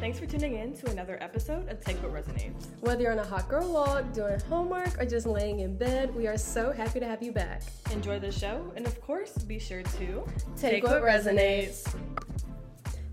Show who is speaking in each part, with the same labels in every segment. Speaker 1: Thanks for tuning in to another episode of Take What Resonates.
Speaker 2: Whether you're on a hot girl walk, doing homework, or just laying in bed, we are so happy to have you back.
Speaker 1: Enjoy the show, and of course, be sure to
Speaker 2: Take what resonates.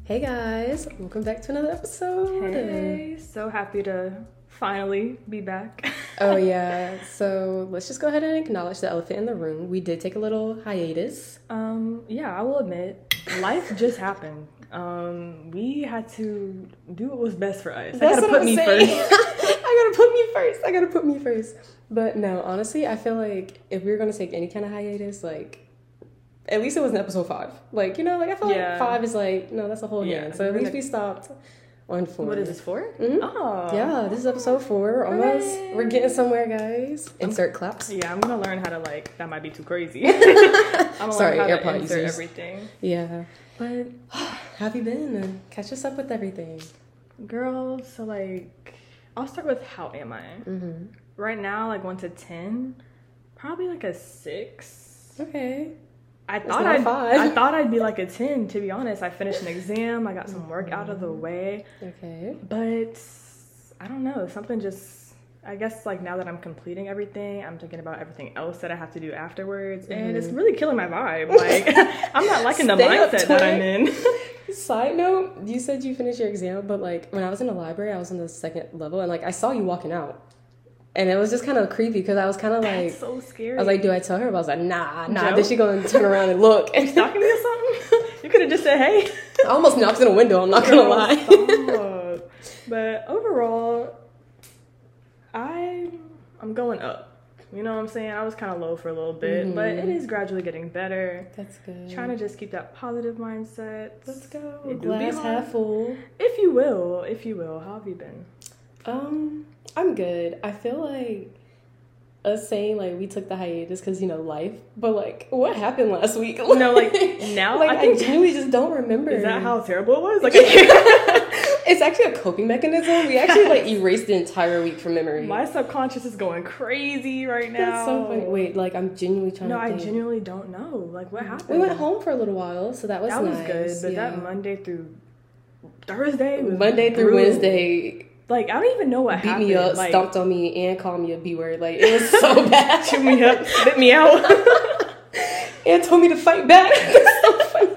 Speaker 2: Hey guys, welcome back to another episode.
Speaker 1: Hey, so happy to finally be back.
Speaker 2: Oh yeah, so let's just go ahead and acknowledge the elephant in the room. We did take a little hiatus.
Speaker 1: Um,
Speaker 3: Yeah, I will admit, life just happened. Um, we had to do what was best for us. I gotta put me first.
Speaker 2: I gotta put me first. I gotta put me first. But no, honestly, I feel like if we were gonna take any kind of hiatus, like at least it was an episode five. Like you know, like I feel
Speaker 3: Yeah.
Speaker 2: like five is like no, that's a whole
Speaker 3: Yeah.
Speaker 2: yeah. So at
Speaker 3: We're
Speaker 2: least
Speaker 3: not-
Speaker 2: we stopped on four.
Speaker 3: What is this for?
Speaker 2: Mhm.
Speaker 3: Oh,
Speaker 2: Yeah, this is episode four. We're almost. We're getting somewhere, guys. Insert claps.
Speaker 3: Yeah, I'm gonna learn how to like. That might be too crazy. I'm gonna
Speaker 2: Sorry,
Speaker 3: learn how
Speaker 2: AirPod
Speaker 3: to insert
Speaker 2: users.
Speaker 3: everything.
Speaker 2: Yeah.
Speaker 3: But
Speaker 2: How have you been? And Catch us up with everything.
Speaker 3: girl, so like, I'll start with how am I
Speaker 2: Mm-hmm.
Speaker 3: right now? Like one to ten, probably like a six.
Speaker 2: Okay.
Speaker 3: I thought
Speaker 2: not a
Speaker 3: I'd,
Speaker 2: five.
Speaker 3: I thought I'd be like a ten. To be honest, I finished an exam. I got some work out of the
Speaker 2: Mm-hmm.
Speaker 3: way.
Speaker 2: Okay.
Speaker 3: but I don't know. Something just, I guess, like now that I'm completing everything, I'm thinking about everything else that I have to do afterwards, and it's really killing my vibe. Like, I'm not liking the
Speaker 2: Mm-hmm. Stay up
Speaker 3: mindset
Speaker 2: to
Speaker 3: that
Speaker 2: it.
Speaker 3: I'm in.
Speaker 2: Side note, you said you finished your exam, but like when I was in the library, I was in the second level, and like I saw you walking out, and it was just kind of creepy because I was kind of like,
Speaker 3: It's so scary.
Speaker 2: I was like, do I tell her? But I was like, nah, nah.
Speaker 3: Joe?
Speaker 2: Then she gonna turn around and look, and I
Speaker 3: talking to you something? You could have just said, hey.
Speaker 2: almost knocked in a window. I'm not gonna lie.
Speaker 3: Girl, stop. but overall, I I'm going up. You know what I'm saying? I was kind of low for a little bit, but it is gradually getting better.
Speaker 2: That's good.
Speaker 3: Trying to just keep that positive mindset.
Speaker 2: Let's go.
Speaker 3: It do be
Speaker 2: Glass
Speaker 3: hard.
Speaker 2: half full.
Speaker 3: If you will, if you will, how have you been?
Speaker 2: Um, I'm good. I feel like us saying like we took the hiatus because you know life, but like what happened last week?
Speaker 3: No, like, now
Speaker 2: like
Speaker 3: I
Speaker 2: I,
Speaker 3: think-
Speaker 2: genuinely just don't remember.
Speaker 3: Is that how terrible it was? Like, I-
Speaker 2: It's actually a coping mechanism. We actually like erased the entire week from memory.
Speaker 3: my subconscious is going crazy right now.
Speaker 2: That's so funny. Wait, like I'm genuinely trying
Speaker 3: No,
Speaker 2: to.
Speaker 3: I
Speaker 2: think.
Speaker 3: genuinely don't know. Like, what happened?
Speaker 2: We went home for a little while, so that was
Speaker 3: That was
Speaker 2: nice.
Speaker 3: good, but
Speaker 2: yeah.
Speaker 3: that Monday through Thursday, was
Speaker 2: Monday through
Speaker 3: brutal.
Speaker 2: Wednesday
Speaker 3: Like, I don't even know what
Speaker 2: beat
Speaker 3: happened.
Speaker 2: me up,
Speaker 3: like,
Speaker 2: stomped on me, and called me a b word. Like it was so bad.
Speaker 3: Chewed me up, spit me out.
Speaker 2: and told me to fight back. so funny.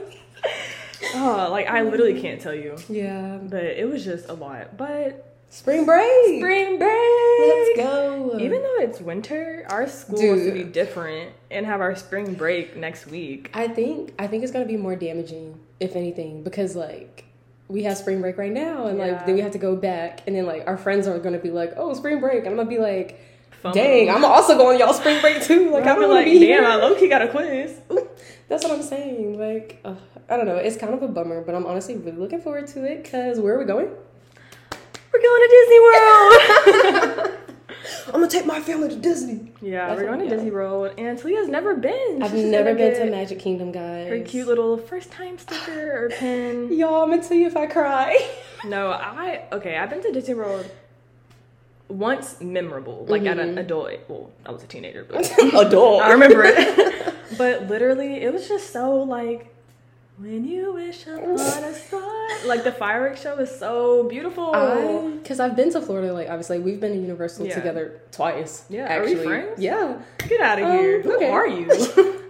Speaker 3: oh, like I literally can't tell you,
Speaker 2: Yeah.
Speaker 3: but it was just a lot. But
Speaker 2: Spring break.
Speaker 3: spring break.
Speaker 2: Let's go.
Speaker 3: Even though it's winter, our school
Speaker 2: Dude.
Speaker 3: wants to be different and have our spring break next week.
Speaker 2: I think I think it's gonna be more damaging, if anything, because like we have spring break right now, and like
Speaker 3: Yeah.
Speaker 2: then we have to go back, and then like our friends are gonna be like, "Oh, spring break," and I'm gonna be like,
Speaker 3: FOMO.
Speaker 2: "Dang, I'm also going y'all spring break too." Like
Speaker 3: I'll
Speaker 2: I'm
Speaker 3: be
Speaker 2: gonna
Speaker 3: like,
Speaker 2: be
Speaker 3: damn,
Speaker 2: here.
Speaker 3: I low key got a quiz.
Speaker 2: That's what I'm saying. Like ugh, I don't know, it's kind of a bummer, but I'm honestly really looking forward to it because where are we going?
Speaker 3: We're going to Disney World.
Speaker 2: I'm gonna take my family to Disney.
Speaker 3: yeah,
Speaker 2: That's
Speaker 3: we're going
Speaker 2: what-
Speaker 3: to Disney World, and Talia's never been.
Speaker 2: I've
Speaker 3: She's just
Speaker 2: never
Speaker 3: gonna
Speaker 2: been
Speaker 3: get
Speaker 2: to Magic Kingdom, guys.
Speaker 3: Her cute little first time sticker or pin.
Speaker 2: Y'all, I'm gonna tell you if I cry.
Speaker 3: No, I okay. I've been to Disney World once, memorable, like at
Speaker 2: Mm-hmm.
Speaker 3: an adult. Well, I was a teenager, but
Speaker 2: Adult.
Speaker 3: I remember it. but literally, it was just so like. When you wish upon a star, like the fireworks show is so beautiful.
Speaker 2: because I've been to Florida, like obviously we've been to Universal
Speaker 3: Oh. Yeah.
Speaker 2: together twice.
Speaker 3: Yeah, are we
Speaker 2: actually.
Speaker 3: friends?
Speaker 2: Yeah,
Speaker 3: Get out of
Speaker 2: Um,
Speaker 3: here! Who
Speaker 2: okay.
Speaker 3: are you?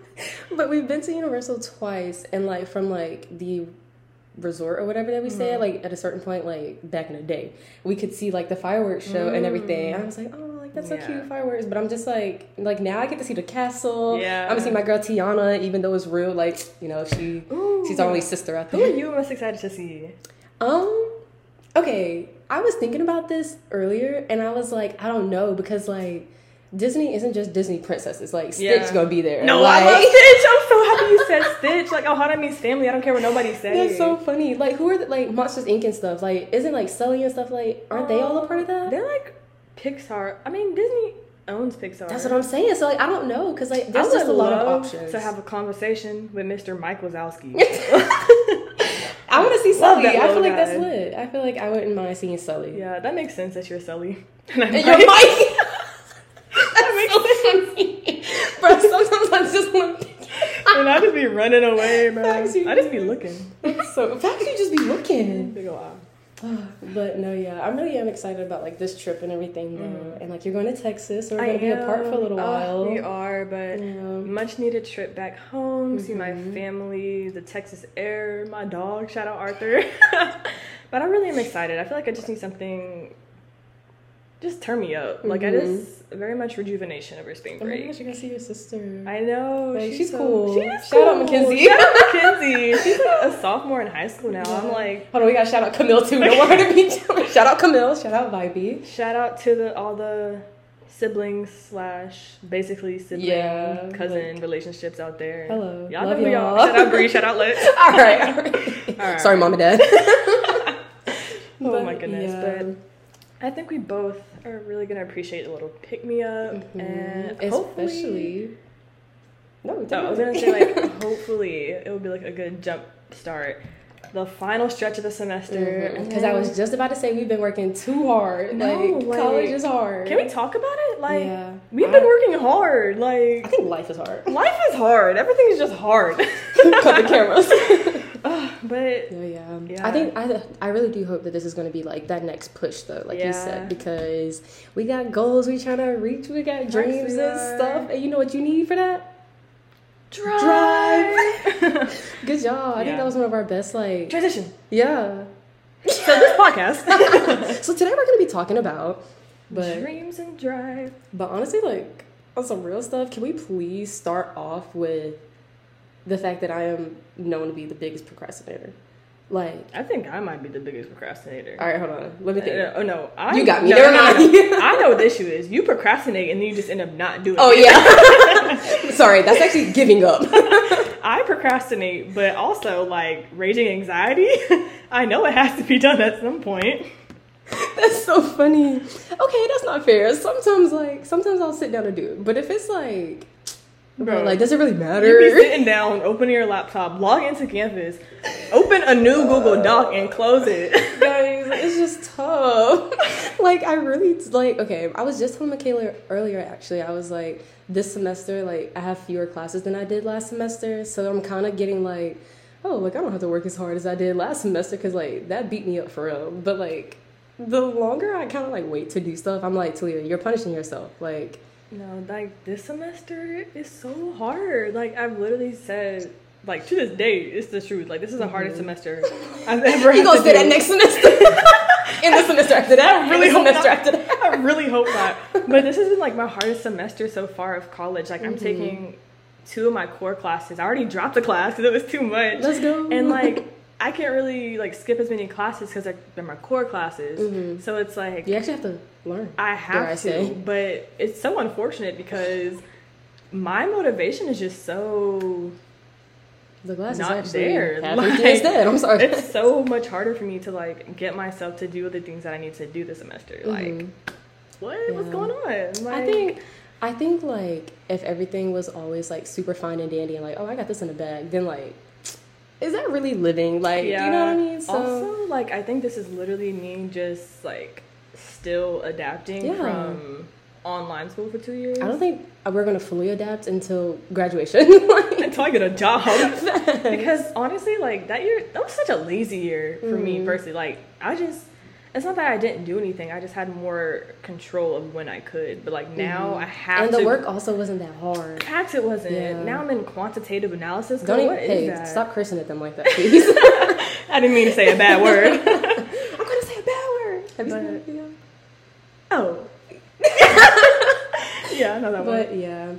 Speaker 2: but we've been to Universal twice, and like from like the resort or whatever that we
Speaker 3: Mm.
Speaker 2: stayed, like at a certain point, like back in the day, we could see like the fireworks show and everything. And I was like, oh, like that's so
Speaker 3: Mm. Yeah.
Speaker 2: cute fireworks. But I'm just like, like now I get to see the castle.
Speaker 3: Yeah.
Speaker 2: I'm gonna see my girl Tiana, even though it's real. Like you know, she she's our only sister. I
Speaker 3: Who are
Speaker 2: think.
Speaker 3: you most excited to see?
Speaker 2: Um, okay. I was thinking about this earlier and I was like, I don't know, because like Disney isn't just Disney princesses. Like Stitch
Speaker 3: Yeah.
Speaker 2: gonna be there.
Speaker 3: No,
Speaker 2: like,
Speaker 3: I love Stitch. I'm so happy you said Stitch. Like, Ohana means family. I don't care what nobody says.
Speaker 2: That's so funny. Like who are the, like Monsters Inc. and stuff? Like isn't like Sully and stuff like aren't they all a part of that?
Speaker 3: They're like Pixar. I mean, Disney owns Pixar.
Speaker 2: That's what I'm saying. So like I don't know because like there's just a lot of options.
Speaker 3: To have a conversation with Mr. Mike Wazowski.
Speaker 2: I want to see
Speaker 3: Love
Speaker 2: Sully.
Speaker 3: that
Speaker 2: I feel
Speaker 3: little
Speaker 2: like that's
Speaker 3: guy.
Speaker 2: lit. I feel like I wouldn't mind seeing Sully.
Speaker 3: yeah, that makes sense that you're Sully. And I'm
Speaker 2: And
Speaker 3: Mike.
Speaker 2: you're Mike. that's so funny. Bro, sometimes I just want to.
Speaker 3: and I just be running away, man.
Speaker 2: Facts, you
Speaker 3: I just be
Speaker 2: do.
Speaker 3: looking.
Speaker 2: So, in fact, you just be looking.
Speaker 3: Big ol' eye.
Speaker 2: but no, yeah, I really am excited about like this trip and everything, though.
Speaker 3: Mhm.
Speaker 2: And like you're going to Texas, so we're
Speaker 3: I
Speaker 2: going to be apart for a
Speaker 3: am.
Speaker 2: little
Speaker 3: Oh,
Speaker 2: while.
Speaker 3: we are, Mm, but
Speaker 2: Yeah.
Speaker 3: much needed trip back home, see my
Speaker 2: Mhm.
Speaker 3: family, the Texas air, my dog, shout out Arthur. but I really am excited. I feel like I just need something just turn me up. Like I just very much rejuvenation over spring
Speaker 2: Mm-hmm. Oh my
Speaker 3: break.
Speaker 2: gosh, you're gonna see your sister.
Speaker 3: I know.
Speaker 2: Like, she's
Speaker 3: so-
Speaker 2: cool.
Speaker 3: She is
Speaker 2: Shout out
Speaker 3: cool.
Speaker 2: Mackenzie.
Speaker 3: Shout out Mackenzie. She's like a sophomore in high school now. I'm
Speaker 2: Yeah.
Speaker 3: like,
Speaker 2: Hold on, we gotta shout out Camille too. Don't want her to be shout out Camille, shout out Vibey.
Speaker 3: shout out to the all the siblings slash basically sibling
Speaker 2: Yeah,
Speaker 3: cousin relationships out there.
Speaker 2: Hello.
Speaker 3: Y'all
Speaker 2: Love
Speaker 3: know who y'all.
Speaker 2: y'all.
Speaker 3: Shout out Bree. Shout out Lex.
Speaker 2: all right, all right.
Speaker 3: All right.
Speaker 2: Sorry, mom and dad.
Speaker 3: Oh
Speaker 2: But,
Speaker 3: my goodness,
Speaker 2: yeah.
Speaker 3: but I think we both are really gonna appreciate a little pick me up,
Speaker 2: Mhm.
Speaker 3: and hopefully,
Speaker 2: especially. No,
Speaker 3: oh, I was gonna say like hopefully it will be like a good jump start. The final stretch of the semester, and
Speaker 2: because Mm-hmm. I was just about to say we've been working too hard.
Speaker 3: Mm-hmm. No,
Speaker 2: like,
Speaker 3: like,
Speaker 2: college is hard.
Speaker 3: Can we talk about it? Like
Speaker 2: yeah,
Speaker 3: we've
Speaker 2: I-
Speaker 3: been working hard.
Speaker 2: I
Speaker 3: Like
Speaker 2: think life is hard.
Speaker 3: life is hard. Everything is just hard.
Speaker 2: Cut the cameras.
Speaker 3: but
Speaker 2: Yeah, yeah.
Speaker 3: Yeah.
Speaker 2: I think I, I really do hope that this is going to be like that next push though, like you said,
Speaker 3: Yeah.
Speaker 2: because we got goals we trying to reach, we got dreams
Speaker 3: we
Speaker 2: and
Speaker 3: are.
Speaker 2: stuff, and you know what you need for that?
Speaker 3: drive.
Speaker 2: Good job. I think
Speaker 3: Yeah.
Speaker 2: that was one of our best. Like,
Speaker 3: Transition.
Speaker 2: yeah.
Speaker 3: So this podcast.
Speaker 2: So today we're going to be talking about, but
Speaker 3: Dreams and drive.
Speaker 2: But honestly, like on some real stuff, can we please start off with the fact that I am known to be the biggest procrastinator? Like,
Speaker 3: I think I might be the biggest procrastinator.
Speaker 2: all right, hold on, let me think.
Speaker 3: Uh, oh no, I,
Speaker 2: You got me.
Speaker 3: No,
Speaker 2: Never
Speaker 3: no, no,
Speaker 2: mind.
Speaker 3: no. I know what the issue is. You procrastinate and then you just end up not doing.
Speaker 2: Oh
Speaker 3: it.
Speaker 2: yeah, sorry, that's actually giving up.
Speaker 3: I procrastinate, but also like raging anxiety. I know it has to be done at some point.
Speaker 2: that's so funny. Okay, that's not fair. Sometimes, like, sometimes I'll sit down and do it, but if it's like,
Speaker 3: Bro.
Speaker 2: like, does it really
Speaker 3: You be
Speaker 2: matter?
Speaker 3: sitting down, opening your laptop, log into Canvas, open a new Google Doc, and close it.
Speaker 2: Guys, it's just tough. like I really like okay, I was just telling Michaela earlier actually. I was like this semester like I have fewer classes than I did last semester, so I'm kind of getting like oh, like I don't have to work as hard as I did last semester cuz like that beat me up for real. But like the longer I kind of like wait to do stuff, I'm like, Talia, you're punishing yourself. Like
Speaker 3: No, like this semester is so hard. Like I've literally said, like to this day, it's the truth. Like this is the hardest semester I've ever.
Speaker 2: you going to
Speaker 3: had
Speaker 2: Mm-hmm.
Speaker 3: to
Speaker 2: say
Speaker 3: do.
Speaker 2: that next semester. In the semester after that,
Speaker 3: I
Speaker 2: in
Speaker 3: really
Speaker 2: the
Speaker 3: hope
Speaker 2: semester
Speaker 3: not.
Speaker 2: after that.
Speaker 3: I really hope not. But this has been like my hardest semester so far of college. Like
Speaker 2: Mm-hmm.
Speaker 3: I'm taking two of my core classes. I already dropped a class because it was too much.
Speaker 2: Let's go.
Speaker 3: And like I can't really like skip as many classes because they're my core classes. So it's like
Speaker 2: you actually have to learn.
Speaker 3: I have
Speaker 2: Mm-hmm. I
Speaker 3: to,
Speaker 2: say.
Speaker 3: but it's so unfortunate because my motivation is just so
Speaker 2: The glass
Speaker 3: not
Speaker 2: is actually
Speaker 3: there.
Speaker 2: half
Speaker 3: Like,
Speaker 2: empty instead. I'm sorry.
Speaker 3: it's so much harder for me to like get myself to do the things that I need to do this semester. Like
Speaker 2: Mhm.
Speaker 3: what? What's
Speaker 2: Yeah.
Speaker 3: going on? Like,
Speaker 2: I think I think like if everything was always like super fine and dandy and like, oh I got this in a bag, then like is that really living? Like you know what I mean? So
Speaker 3: also, like, I think this is literally me just like still adapting
Speaker 2: Yeah.
Speaker 3: from online school for two years.
Speaker 2: I don't think we're gonna fully adapt until graduation. like,
Speaker 3: until I get a job. because honestly, like that year, that was such a lazy year for me
Speaker 2: Mm.
Speaker 3: personally. Like, I just. It's not that I didn't do anything. I just had more control of when I could. But like now, I have
Speaker 2: Mm-hmm. and the
Speaker 3: to.
Speaker 2: work also wasn't that hard.
Speaker 3: Perhaps it wasn't.
Speaker 2: Yeah.
Speaker 3: Now I'm in quantitative analysis.
Speaker 2: Don't even
Speaker 3: what is
Speaker 2: hey,
Speaker 3: that?
Speaker 2: stop cursing at them like that, please.
Speaker 3: I didn't mean to say a bad word.
Speaker 2: I'm gonna say a bad word. Have you seen that video?
Speaker 3: oh. yeah, I know that one.
Speaker 2: But yeah.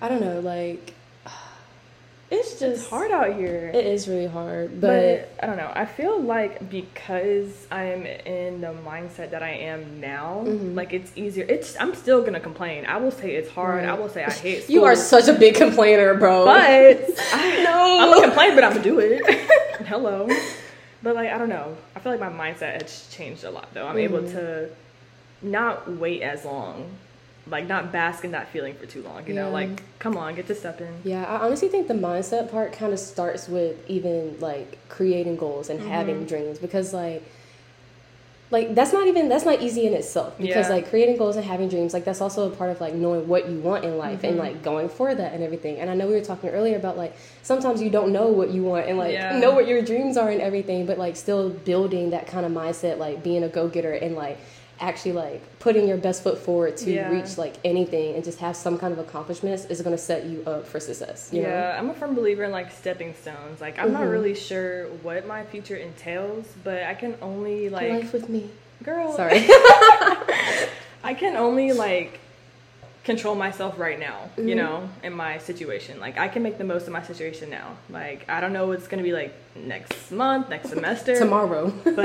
Speaker 2: I don't know, like it's just
Speaker 3: It's hard out here.
Speaker 2: It is really hard. but
Speaker 3: but I don't know. I feel like because I'm in the mindset that I am now,
Speaker 2: Mm-hmm.
Speaker 3: like it's easier. It's I'm still gonna complain. I will say it's hard. I will say I hate. School,
Speaker 2: You are such a big complainer, bro.
Speaker 3: but
Speaker 2: I
Speaker 3: I'm gonna
Speaker 2: know.
Speaker 3: complain, but I'm gonna do it. Hello. But like I don't know. I feel like my mindset has changed a lot though. I'm able
Speaker 2: Mm-hmm.
Speaker 3: to not wait as long, like not bask in that feeling for too long. You
Speaker 2: Yeah.
Speaker 3: know, like come on, get this stuff in.
Speaker 2: Yeah, I honestly think the mindset part kind of
Speaker 3: Mm-hmm.
Speaker 2: starts with even like creating goals and having dreams because like like that's not even that's not easy in itself because
Speaker 3: Yeah.
Speaker 2: like creating goals and having dreams like that's also a part of like knowing what you want in life
Speaker 3: Mm-hmm.
Speaker 2: and like going for that and everything and i know we were talking earlier about like sometimes you don't know what you want and like
Speaker 3: Yeah.
Speaker 2: know what your dreams are and everything but like still building that kind of mindset like being a go-getter and like actually like putting your best foot forward to
Speaker 3: Yeah.
Speaker 2: reach like anything and just have some kind of accomplishments is going to set you up for success you
Speaker 3: yeah, Mm-hmm.
Speaker 2: know?
Speaker 3: I'm a firm believer in like stepping stones. Like I'm not really sure what my future entails, but I can only like
Speaker 2: life with me
Speaker 3: girl,
Speaker 2: sorry
Speaker 3: I can only like control myself right now, you know, in my situation. Like I can make the most of my situation now. Like I don't know what's going to be like next month, next semester,
Speaker 2: tomorrow
Speaker 3: but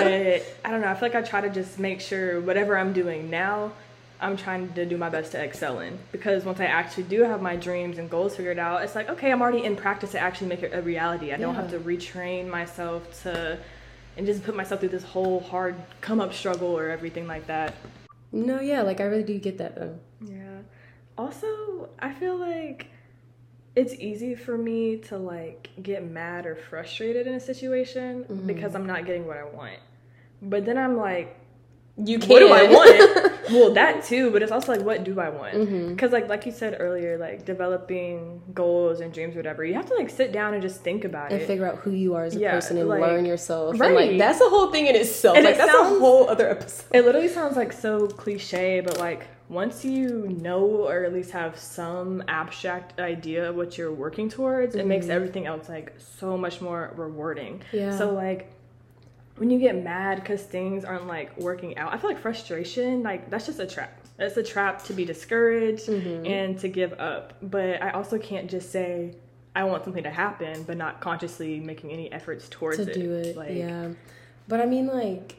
Speaker 3: I don't know. I feel like I try to just make sure whatever I'm doing now, I'm trying to do my best to excel in. Because once I actually do have my dreams and goals figured out, it's like, okay, I'm already in practice to actually make it a reality. I don't have to retrain myself to and just put myself through this whole hard come up struggle or everything like that.
Speaker 2: no yeah like i really do get that though
Speaker 3: Yeah. Also, I feel like it's easy for me to like get mad or frustrated in a situation
Speaker 2: Mm-hmm.
Speaker 3: because I'm not getting what I want. But then I'm like,
Speaker 2: you can
Speaker 3: what do I want? well, that too, but it's also like, what do I want? Because
Speaker 2: Mm-hmm.
Speaker 3: like like you said earlier, like developing goals and dreams, or whatever, you have to like sit down and just think about
Speaker 2: and
Speaker 3: it.
Speaker 2: figure out who you are as a
Speaker 3: Yeah,
Speaker 2: person and
Speaker 3: like-
Speaker 2: learn yourself. And like
Speaker 3: Right.
Speaker 2: that's a whole thing in itself.
Speaker 3: And
Speaker 2: like
Speaker 3: it
Speaker 2: that's a
Speaker 3: sounds-
Speaker 2: whole other episode.
Speaker 3: It literally sounds like so cliche, but like once you know or at least have some abstract idea of what you're working towards, it makes everything else like so much more rewarding.
Speaker 2: Mm-hmm. Yeah.
Speaker 3: So like when you get mad because things aren't like working out, I feel like frustration, like that's just a trap. That's a trap to be discouraged
Speaker 2: Mm-hmm.
Speaker 3: and to give up. But I also can't just say I want something to happen, but not consciously making any efforts towards
Speaker 2: To
Speaker 3: it.
Speaker 2: do it.
Speaker 3: Like,
Speaker 2: yeah. But I mean like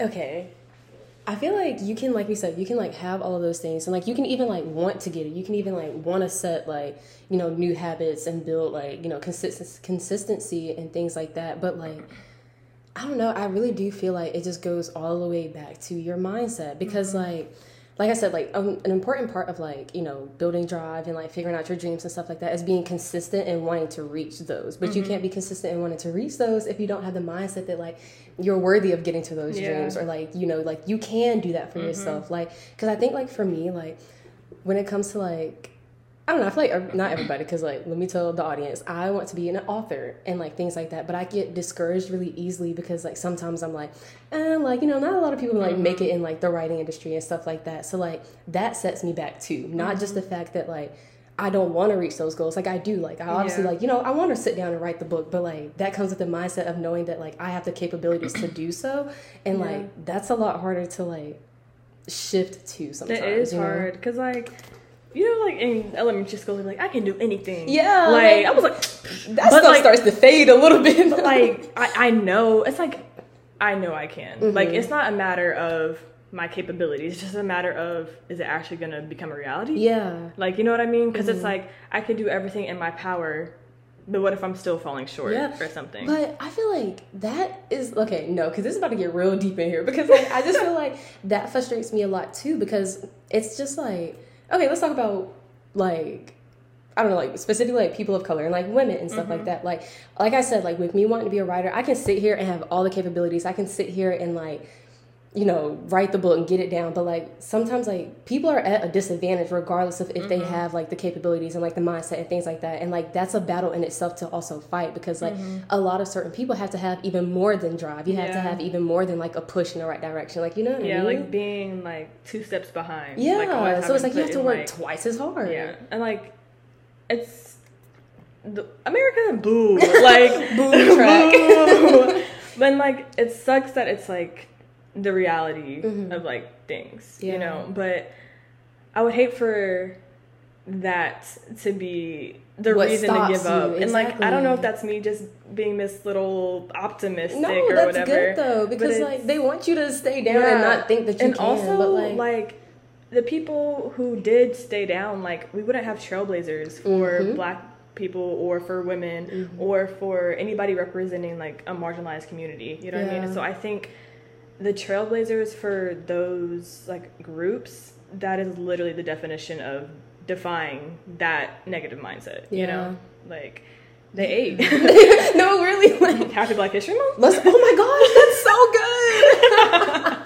Speaker 2: okay. I feel like you can, like we said, you can like have all of those things, and like you can even like want to get it. You can even like want to set like you know new habits and build like you know consistency, consistency and things like that. But like I don't know. I really do feel like it just goes all the way back to your mindset because, like, like I said, like um, an important part of like you know building drive and like figuring out your dreams and stuff like that is being consistent and wanting to reach those. But you can't be consistent and wanting to reach those if you don't have the mindset that like you're worthy of getting to those
Speaker 3: Yeah.
Speaker 2: dreams or like you know like you can do that for yourself. Like, because I think like for me like when it comes to like I don't know. I feel like ev- not everybody, because like, let me tell the audience, I want to be an author and like things like that. But I get discouraged really easily because like sometimes I'm like, eh, like you know, not a lot of people like
Speaker 3: Mm-hmm.
Speaker 2: make it in like the writing industry and stuff like that. So like that sets me back too. Not
Speaker 3: Mm-hmm.
Speaker 2: just the fact that like I don't want to reach those goals. Like I do. Like I obviously
Speaker 3: Yeah.
Speaker 2: like you know I want to sit down and write the book, but like that comes with the mindset of knowing that like I have the capabilities to do so, and like that's a lot harder to like shift to sometimes.
Speaker 3: It is
Speaker 2: you know?
Speaker 3: hard because like. You know, like in elementary school, they're like I can do anything.
Speaker 2: Yeah,
Speaker 3: like,
Speaker 2: like-
Speaker 3: I was like,
Speaker 2: That
Speaker 3: But,
Speaker 2: stuff
Speaker 3: like-
Speaker 2: starts to fade a little bit.
Speaker 3: like I, I know. It's like I know I can. Like
Speaker 2: Mm-hmm.
Speaker 3: it's not a matter of my capabilities. It's just a matter of is it actually gonna become a reality?
Speaker 2: yeah. Mm-hmm.
Speaker 3: Like you know what I mean? Because it's like I can do everything in my power, but what if I'm still falling short
Speaker 2: Yeah,
Speaker 3: or something?
Speaker 2: But I feel like that is okay. No, because this is about to get real deep in here. Because like I just feel like that frustrates me a lot too. Because it's just like okay, let's talk about like I don't know, like specifically like people of color and like women and stuff
Speaker 3: Mm-hmm.
Speaker 2: like that. Like like I said, like with me wanting to be a writer, I can sit here and have all the capabilities. I can sit here and like you know write the book and get it down but like sometimes like people are at a disadvantage regardless of if they
Speaker 3: Mm-hmm.
Speaker 2: have like the capabilities and like the mindset and things like that and like that's a battle in itself to also fight because like
Speaker 3: Mm-hmm.
Speaker 2: a lot of certain people have to have even more than drive you have to
Speaker 3: Yeah.
Speaker 2: have even more than like a push in the right direction like you know what I
Speaker 3: yeah,
Speaker 2: mean?
Speaker 3: like being like two steps behind.
Speaker 2: yeah
Speaker 3: Like, always
Speaker 2: so it's
Speaker 3: having
Speaker 2: like you have
Speaker 3: put
Speaker 2: to
Speaker 3: in,
Speaker 2: work
Speaker 3: like-
Speaker 2: twice as hard
Speaker 3: Yeah, and like it's the, America boo like
Speaker 2: Boo track.
Speaker 3: boo. But like it sucks that it's like the reality of like things,
Speaker 2: Mm-hmm. Yeah.
Speaker 3: you know. But I would hate for that to be the
Speaker 2: What
Speaker 3: reason to
Speaker 2: stops
Speaker 3: give
Speaker 2: you,
Speaker 3: up. And like I don't
Speaker 2: exactly.
Speaker 3: know if that's me just being this little optimistic
Speaker 2: no
Speaker 3: or
Speaker 2: that's
Speaker 3: whatever.
Speaker 2: good though
Speaker 3: but
Speaker 2: because
Speaker 3: it's-
Speaker 2: like they want you to stay down and not think that you
Speaker 3: and
Speaker 2: can
Speaker 3: also
Speaker 2: but like,
Speaker 3: the people who did stay down, like we wouldn't have trailblazers for
Speaker 2: Mm-hmm.
Speaker 3: black people or for women or for anybody representing like a marginalized community. You know what I
Speaker 2: Yeah.
Speaker 3: mean? So I think the trailblazers for those like groups, that is literally the definition of defying that negative mindset. You know? Like they ate.
Speaker 2: no really like
Speaker 3: Happy Black History Month?
Speaker 2: let's oh my gosh that's so good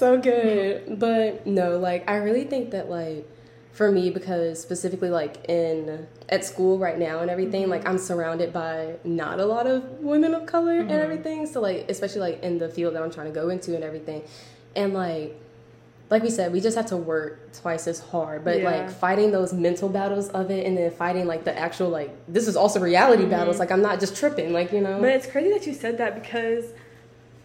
Speaker 2: so good. But no, like I really think that like for me because specifically like in at school right now and everything like i'm surrounded by not a lot of women of color and everything so like especially like in the field that i'm trying to go into and everything and like like we said we just have to work twice as hard but
Speaker 3: Yeah.
Speaker 2: like fighting those mental battles of it and then fighting like the actual like this is also reality battles like i'm not just tripping like you know
Speaker 3: Mm-hmm. But it's crazy that you said that because,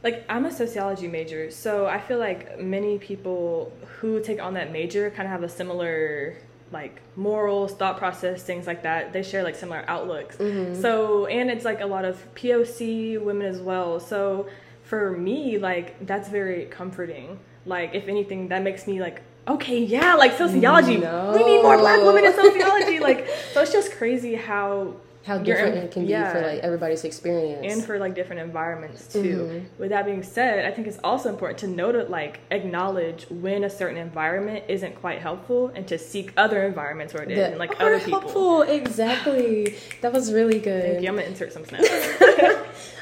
Speaker 3: like, I'm a sociology major, so I feel like many people who take on that major kind of have a similar like morals, thought process, things like that. They share like similar outlooks.
Speaker 2: Mm-hmm.
Speaker 3: So, and it's like a lot of POC women as well. So, for me, like, that's very comforting. Like, if anything, that makes me like. Okay, yeah, like sociology. We need more black
Speaker 2: No.
Speaker 3: women in sociology. like, so it's just crazy how
Speaker 2: how
Speaker 3: your
Speaker 2: different
Speaker 3: em-
Speaker 2: it can
Speaker 3: yeah.
Speaker 2: be for like everybody's experience
Speaker 3: and for like different environments too. With that being said, I think it's also important to know to like acknowledge when a certain environment isn't quite helpful and to seek other environments where it is
Speaker 2: That
Speaker 3: and like
Speaker 2: are
Speaker 3: other people.
Speaker 2: helpful. Exactly. That was really good.
Speaker 3: Thank you. I'm gonna insert some snaps.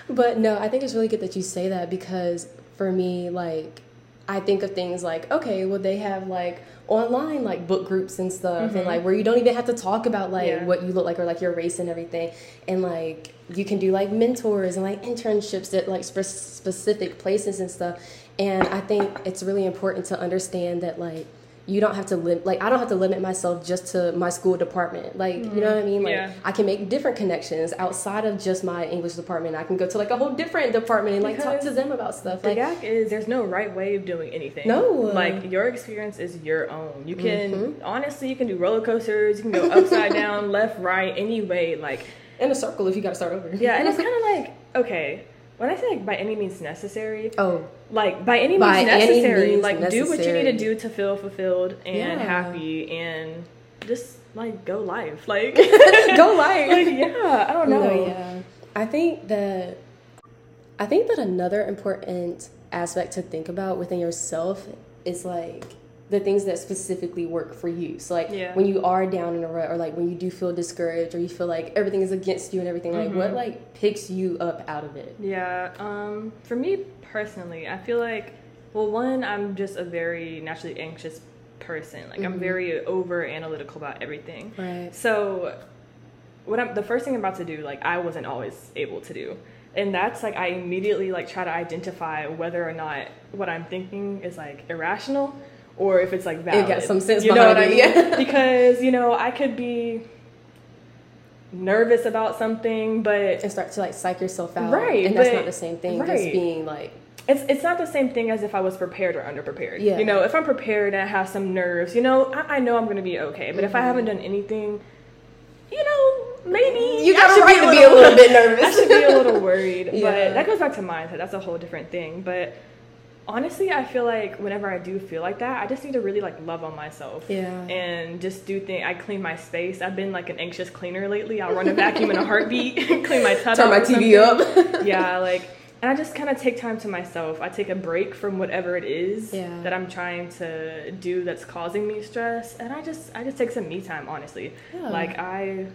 Speaker 2: But no, I think it's really good that you say that because for me, like, I think of things like, okay, well, they have like online like book groups and stuff, and like where you don't even have to talk about like
Speaker 3: Mm-hmm. Yeah.
Speaker 2: what you look like or like your race and everything, and like you can do like mentors and like internships at like spe- specific places and stuff. And I think it's really important to understand that like you don't have to limit like I don't have to limit myself just to my school department. Like you know what I mean? Like
Speaker 3: Mm-hmm. Yeah.
Speaker 2: I can make different connections outside of just my English department. I can go to like a whole different department and like talk to
Speaker 3: Because
Speaker 2: them about stuff.
Speaker 3: the
Speaker 2: Like
Speaker 3: gag is there's no right way of doing anything.
Speaker 2: No.
Speaker 3: Like your experience is your own. You can honestly you can do roller coasters, you can go upside down, left, right, any way, like
Speaker 2: in a circle if you got to start over.
Speaker 3: yeah, and it's kinda like okay, when I say like by any means necessary,
Speaker 2: Oh,
Speaker 3: like by any means
Speaker 2: By any
Speaker 3: necessary
Speaker 2: means
Speaker 3: like do what you need to
Speaker 2: necessary.
Speaker 3: do to feel fulfilled and
Speaker 2: Yeah.
Speaker 3: happy and just like go life like
Speaker 2: go life.
Speaker 3: like yeah i don't know
Speaker 2: No, yeah. I think that I think that another important aspect to think about within yourself is like the things that specifically work for you. So like
Speaker 3: Yeah.
Speaker 2: when you are down in a rut or like when you do feel discouraged or you feel like everything is against you and everything, like
Speaker 3: Mm-hmm.
Speaker 2: what like picks you up out of it?
Speaker 3: Yeah, um, for me personally, I feel like, well, one, I'm just a very naturally anxious person. Like,
Speaker 2: Mm-hmm.
Speaker 3: I'm very over analytical about everything.
Speaker 2: Right.
Speaker 3: So, what I'm the first thing I'm about to do, like, I wasn't always able to do. And that's like, I immediately like try to identify whether or not what I'm thinking is like irrational or if it's like valid.
Speaker 2: got some sense
Speaker 3: You know what I
Speaker 2: behind
Speaker 3: mean?
Speaker 2: it, yeah.
Speaker 3: because, you know, I could be nervous about something, but
Speaker 2: and start to like psych yourself out.
Speaker 3: Right,
Speaker 2: And that's
Speaker 3: but-
Speaker 2: not the same thing as
Speaker 3: right.
Speaker 2: being like
Speaker 3: it's it's not the same thing as if I was prepared or underprepared.
Speaker 2: Yeah.
Speaker 3: You know, if I'm prepared and I have some nerves, you know, I, I know I'm gonna be okay. But
Speaker 2: Mm-hmm.
Speaker 3: if I haven't done anything, you know, maybe
Speaker 2: you
Speaker 3: I
Speaker 2: got a
Speaker 3: should
Speaker 2: right to be a little bit nervous.
Speaker 3: I should be a little worried.
Speaker 2: Yeah.
Speaker 3: But that goes back to mindset. That's a whole different thing. But honestly, I feel like whenever I do feel like that, I just need to really like love on myself.
Speaker 2: Yeah.
Speaker 3: And just do things. I clean my space. I've been like an anxious cleaner lately. I'll run a vacuum in a heartbeat, clean my tub.
Speaker 2: Turn
Speaker 3: out
Speaker 2: my
Speaker 3: or
Speaker 2: TV
Speaker 3: something.
Speaker 2: up.
Speaker 3: yeah, like. And I just kind of take time to myself. I take a break from whatever it is
Speaker 2: Yeah.
Speaker 3: that I'm trying to do that's causing me stress, and I just I just take some me time, honestly.
Speaker 2: Yeah.
Speaker 3: Like I,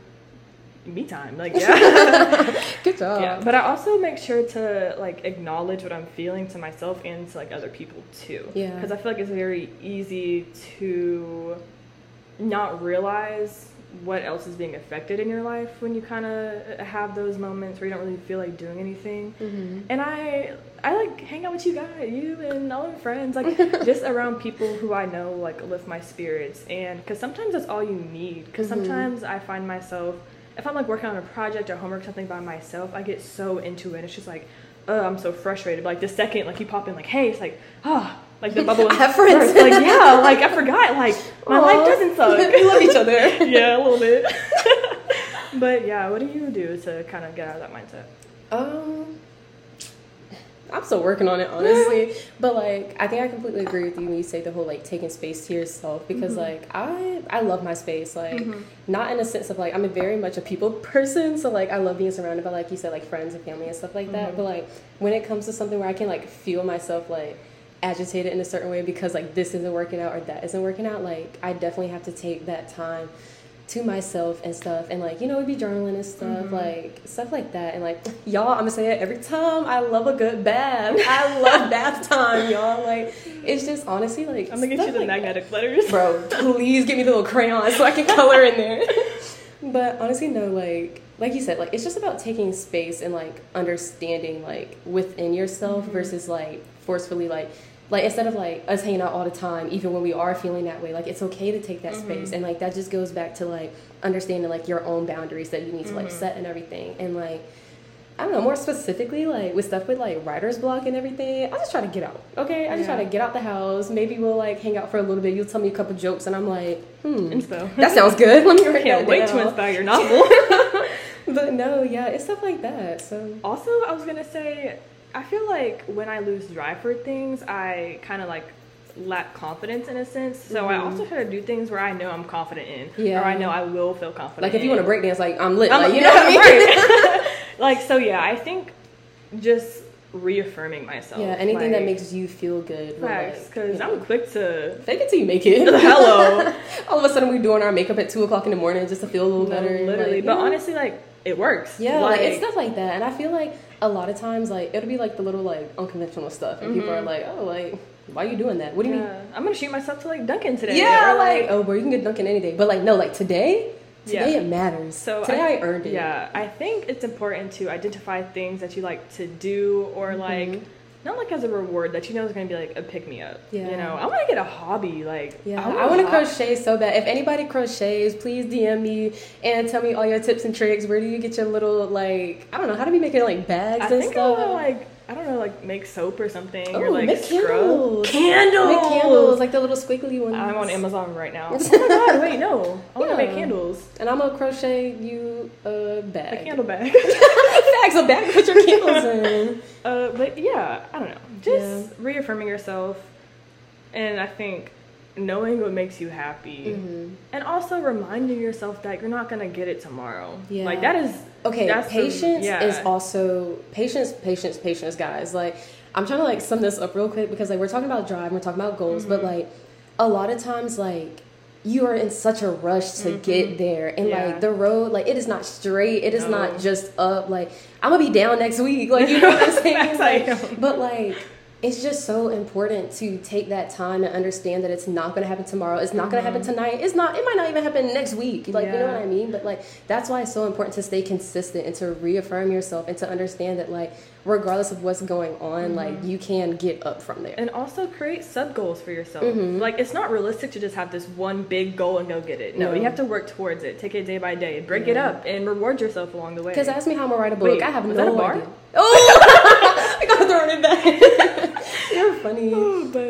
Speaker 3: me time, like yeah.
Speaker 2: Good job.
Speaker 3: Yeah, but I also make sure to like acknowledge what I'm feeling to myself and to like other people too.
Speaker 2: Yeah.
Speaker 3: because I feel like it's very easy to not realize what else is being affected in your life when you kind of have those moments where you don't really feel like doing anything. And I, I like hang out with you guys, you and all your friends, like just around people who I know like lift my spirits. And because sometimes that's all you need. Because sometimes I find myself, if I'm like working on a project or homework something by myself, I get so into it. It's just like, oh, I'm so frustrated. But, like the second like you pop in, like hey, it's like ah, like the bubble.
Speaker 2: I have friends.
Speaker 3: bursts. Like yeah, like I forgot. Like my
Speaker 2: Aw.
Speaker 3: life doesn't suck.
Speaker 2: we love each other.
Speaker 3: yeah, a little bit. but yeah, what do you do to kind of get out of that mindset?
Speaker 2: Um, I'm still working on it, honestly. but like, I think I completely agree with you when you say the whole like taking space to yourself because
Speaker 3: Mm-hmm.
Speaker 2: like I I love my space. Like, not in a sense of like I'm a very much a people person, so like I love being surrounded by like you said like friends and family and stuff like that.
Speaker 3: Mm-hmm.
Speaker 2: But like when it comes to something where I can like feel myself like agitated in a certain way because like this isn't working out or that isn't working out, like I definitely have to take that time to myself and stuff and like you know we'd be journaling and stuff like stuff like that and like y'all i'm gonna say it every time i love a good bath i love bath time y'all like it's just honestly like
Speaker 3: I'm gonna get
Speaker 2: stuff
Speaker 3: you the
Speaker 2: like that.
Speaker 3: magnetic letters.
Speaker 2: bro please give me the little crayon so i can color in there but honestly no like like you said like it's just about taking space and like understanding like within yourself versus like forcefully like like instead of like us hanging out all the time even when we are feeling that way like it's okay to take that space and like that just goes back to like understanding like your own boundaries that you need to like set and everything and like I don't know, more specifically, like with stuff with like writer's block and everything, I just try to get out. Okay, I just try
Speaker 3: Yeah.
Speaker 2: to get out the house. Maybe we'll like hang out for a little bit. You'll tell me a couple jokes, and I'm like, hmm,
Speaker 3: Info.
Speaker 2: that sounds good. Let me write
Speaker 3: Can't
Speaker 2: that
Speaker 3: wait
Speaker 2: down.
Speaker 3: to inspire your novel.
Speaker 2: But no, yeah, it's stuff like that. So
Speaker 3: also, I was gonna say, I feel like when I lose drive for things, I kind of like lack confidence in a sense. So I also try to do things where I know I'm confident in,
Speaker 2: Mm-hmm. Yeah.
Speaker 3: or I know I will feel confident.
Speaker 2: like, if you
Speaker 3: in.
Speaker 2: want to break dance, like I'm lit.
Speaker 3: I'm-
Speaker 2: like, you know what I mean?
Speaker 3: right. like so, yeah. I think just reaffirming myself.
Speaker 2: Yeah, anything that
Speaker 3: like,
Speaker 2: makes you feel good. will,
Speaker 3: facts
Speaker 2: like,
Speaker 3: because
Speaker 2: you know,
Speaker 3: I'm quick to
Speaker 2: fake it till you make it.
Speaker 3: hello.
Speaker 2: All of a sudden, we're doing our makeup at two o'clock in the morning just to feel a little
Speaker 3: No,
Speaker 2: better.
Speaker 3: literally.
Speaker 2: like,
Speaker 3: but
Speaker 2: yeah.
Speaker 3: honestly, like it works.
Speaker 2: Yeah, like, it's stuff like that. And I feel like a lot of times, like, it'll be like the little, like, unconventional stuff. And people are like, oh, like, why are you doing that? What do you mean?
Speaker 3: Yeah. I'm gonna shoot myself to like Duncan today.
Speaker 2: Yeah,
Speaker 3: or,
Speaker 2: like, oh, bro, you can get Dunkin' any day. But, like, no, like, today, today
Speaker 3: Yeah.
Speaker 2: it matters.
Speaker 3: So
Speaker 2: today I, earned it.
Speaker 3: yeah. I think it's important to identify things that you like to do or
Speaker 2: Mm-hmm.
Speaker 3: like. Not like as a reward that you know is gonna be like a pick me up.
Speaker 2: Yeah.
Speaker 3: You know, I want to get a hobby. Like,
Speaker 2: Yeah,
Speaker 3: want
Speaker 2: I want
Speaker 3: a
Speaker 2: to
Speaker 3: hob-
Speaker 2: crochet so bad. If anybody crochets, please DM me and tell me all your tips and tricks. Where do you get your little like I don't know how do we make it like bags
Speaker 3: I
Speaker 2: and
Speaker 3: think I
Speaker 2: stuff?
Speaker 3: want to like I don't know like make soap or something or
Speaker 2: Ooh,
Speaker 3: like
Speaker 2: make
Speaker 3: scrub
Speaker 2: candles.
Speaker 3: candles.
Speaker 2: Make candles like the little squiggly ones.
Speaker 3: Oh. I'm on Amazon right now. Oh my god! Wait, no, I want
Speaker 2: Yeah.
Speaker 3: to make candles.
Speaker 2: and I'm gonna crochet you a bag.
Speaker 3: A candle bag.
Speaker 2: bags, a bag to put your candles in.
Speaker 3: Uh, but yeah, I don't know. Just reaffirming yourself, and I think knowing what makes you happy, and also reminding yourself that you're not gonna get it tomorrow.
Speaker 2: Yeah.
Speaker 3: like that is
Speaker 2: Okay,
Speaker 3: That's the-
Speaker 2: patience
Speaker 3: yeah.
Speaker 2: is also patience, patience, patience, guys. Like I'm trying to like sum this up real quick because like we're talking about drive, we're talking about goals,
Speaker 3: Mm-hmm.
Speaker 2: but like a lot of times like you are in such a rush to get there and
Speaker 3: Mm-hmm. Yeah.
Speaker 2: like the road like it is not straight it is not
Speaker 3: No.
Speaker 2: just up like i'm gonna be down next week like you know what i'm saying
Speaker 3: Yes, I
Speaker 2: Like,
Speaker 3: am.
Speaker 2: but like it's just so important to take that time and understand that it's not gonna happen tomorrow it's not gonna happen tonight it's not it might not even happen next week like you know what
Speaker 3: Mm-hmm. Yeah.
Speaker 2: i mean but like that's why it's so important to stay consistent and to reaffirm yourself and to understand that like regardless of what's going on
Speaker 3: Mm-hmm.
Speaker 2: like you can get up from there
Speaker 3: And also create sub goals for yourself. Like it's not realistic to just have this one big goal and go get it. No,
Speaker 2: No.
Speaker 3: you have to work towards it. Take it day by day. Break it up and reward yourself along the way.
Speaker 2: Because ask me how I'm gonna write a book.
Speaker 3: Wait,
Speaker 2: I have
Speaker 3: was
Speaker 2: no
Speaker 3: that a bar?
Speaker 2: idea. Oh, I gotta throw it back. You're funny.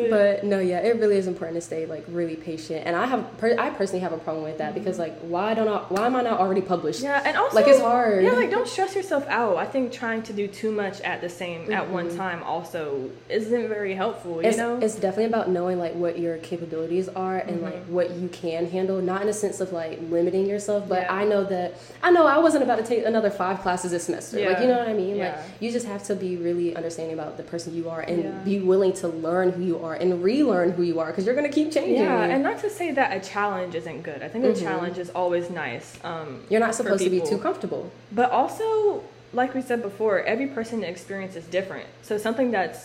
Speaker 3: but-
Speaker 2: no, yeah, it really is important to stay like really patient. And I have, per- I personally have a problem with that
Speaker 3: Mm-hmm.
Speaker 2: because like, why don't I? Why am I not already published?
Speaker 3: yeah, and also
Speaker 2: Like, it's hard.
Speaker 3: Yeah, like don't stress yourself out. I think trying to do too much at the same at one time also isn't very helpful. You
Speaker 2: Mm-hmm. It's,
Speaker 3: know,
Speaker 2: it's definitely about knowing like what your capabilities are and like
Speaker 3: Mm-hmm.
Speaker 2: what you can handle not in a sense of like limiting yourself but
Speaker 3: Yeah.
Speaker 2: i know that i know i wasn't about to take another five classes this semester like you
Speaker 3: Yeah.
Speaker 2: know what i mean like
Speaker 3: Yeah.
Speaker 2: you just have to be really understanding about the person you are and
Speaker 3: Yeah.
Speaker 2: be willing to learn who you are and relearn who you are because you're gonna keep changing Mm-hmm.
Speaker 3: yeah, and not to say that a challenge isn't good. I think a challenge is always nice. Um,
Speaker 2: you're not
Speaker 3: for
Speaker 2: supposed to be
Speaker 3: people.
Speaker 2: too comfortable
Speaker 3: But also, like we said before, every person experience is different. So something that's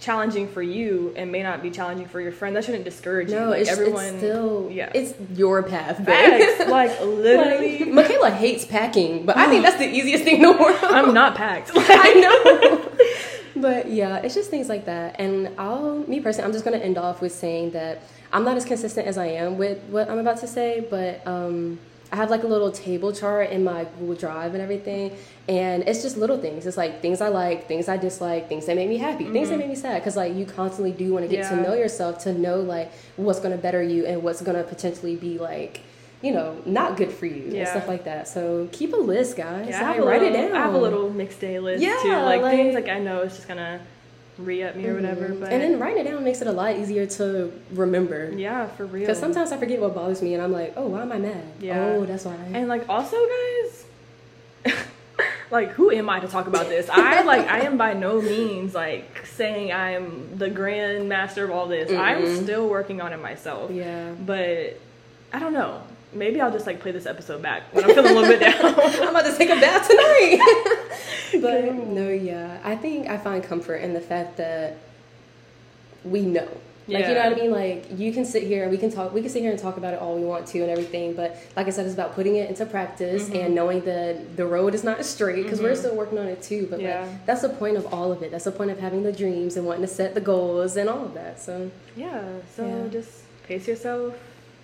Speaker 3: challenging for you and may not be challenging for your friend, that shouldn't discourage you.
Speaker 2: no
Speaker 3: Like,
Speaker 2: it's, it's still
Speaker 3: yeah.
Speaker 2: it's your path babe.
Speaker 3: Facts. like literally,
Speaker 2: like, michaela hates packing but i think that's the easiest thing in the world
Speaker 3: I'm not packed.
Speaker 2: I know. but yeah, it's just things like that. And I'll, me personally, I'm just going to end off with saying that I'm not as consistent as I am with what I'm about to say, but um, I have like a little table chart in my Google Drive and everything. And it's just little things. It's like things I like, things I dislike, things that make me happy, things that make me sad. Because like you constantly do want to get to
Speaker 3: Mm-hmm. Yeah.
Speaker 2: know yourself to know like what's going to better you and what's going to potentially be like. You know, not good for you and
Speaker 3: Yeah.
Speaker 2: stuff like that. So keep a list, guys.
Speaker 3: Yeah, I
Speaker 2: I
Speaker 3: have a
Speaker 2: write
Speaker 3: little-
Speaker 2: it down.
Speaker 3: I have a little mixed day list
Speaker 2: Yeah,
Speaker 3: too. Like,
Speaker 2: like-
Speaker 3: things like I know it's just gonna re up me or whatever. But
Speaker 2: Mm-hmm. And then writing it down makes it a lot easier to remember.
Speaker 3: yeah, for real.
Speaker 2: Because sometimes I forget what bothers me and I'm like, oh, why am I mad?
Speaker 3: Yeah.
Speaker 2: Oh, that's why. I
Speaker 3: And like also guys like who am I to talk about this? I like I am by no means like saying I'm the
Speaker 2: Mm-hmm.
Speaker 3: grand master of all this. I'm still working on it myself.
Speaker 2: yeah.
Speaker 3: But I don't know. Maybe I'll just like play this episode back when I'm feeling a little bit down.
Speaker 2: I'm about to take a bath tonight. but no, yeah, I think I find comfort in the fact that we know. Like you know
Speaker 3: Yeah.
Speaker 2: what I mean? Like you can sit here and we can talk. We can sit here and talk about it all we want to and everything. But like I said, it's about putting it into practice and knowing that the road is not straight because we're still working on it too. But
Speaker 3: Yeah.
Speaker 2: like that's the point of all of it. That's the point of having the dreams and wanting to set the goals and all of that. So
Speaker 3: yeah. So
Speaker 2: Yeah.
Speaker 3: just pace yourself.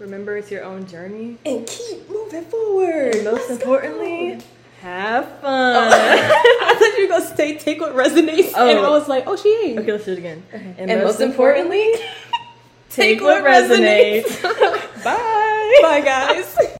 Speaker 3: Remember, it's your own journey.
Speaker 2: and keep moving forward.
Speaker 3: And most
Speaker 2: Let's go.
Speaker 3: importantly, have fun.
Speaker 2: I thought you were gonna say take what resonates, and I
Speaker 3: Oh.
Speaker 2: was like, oh, she ain't.
Speaker 3: okay, let's do it again.
Speaker 2: And, most, importantly,
Speaker 3: take what resonates. Bye.
Speaker 2: Bye, guys.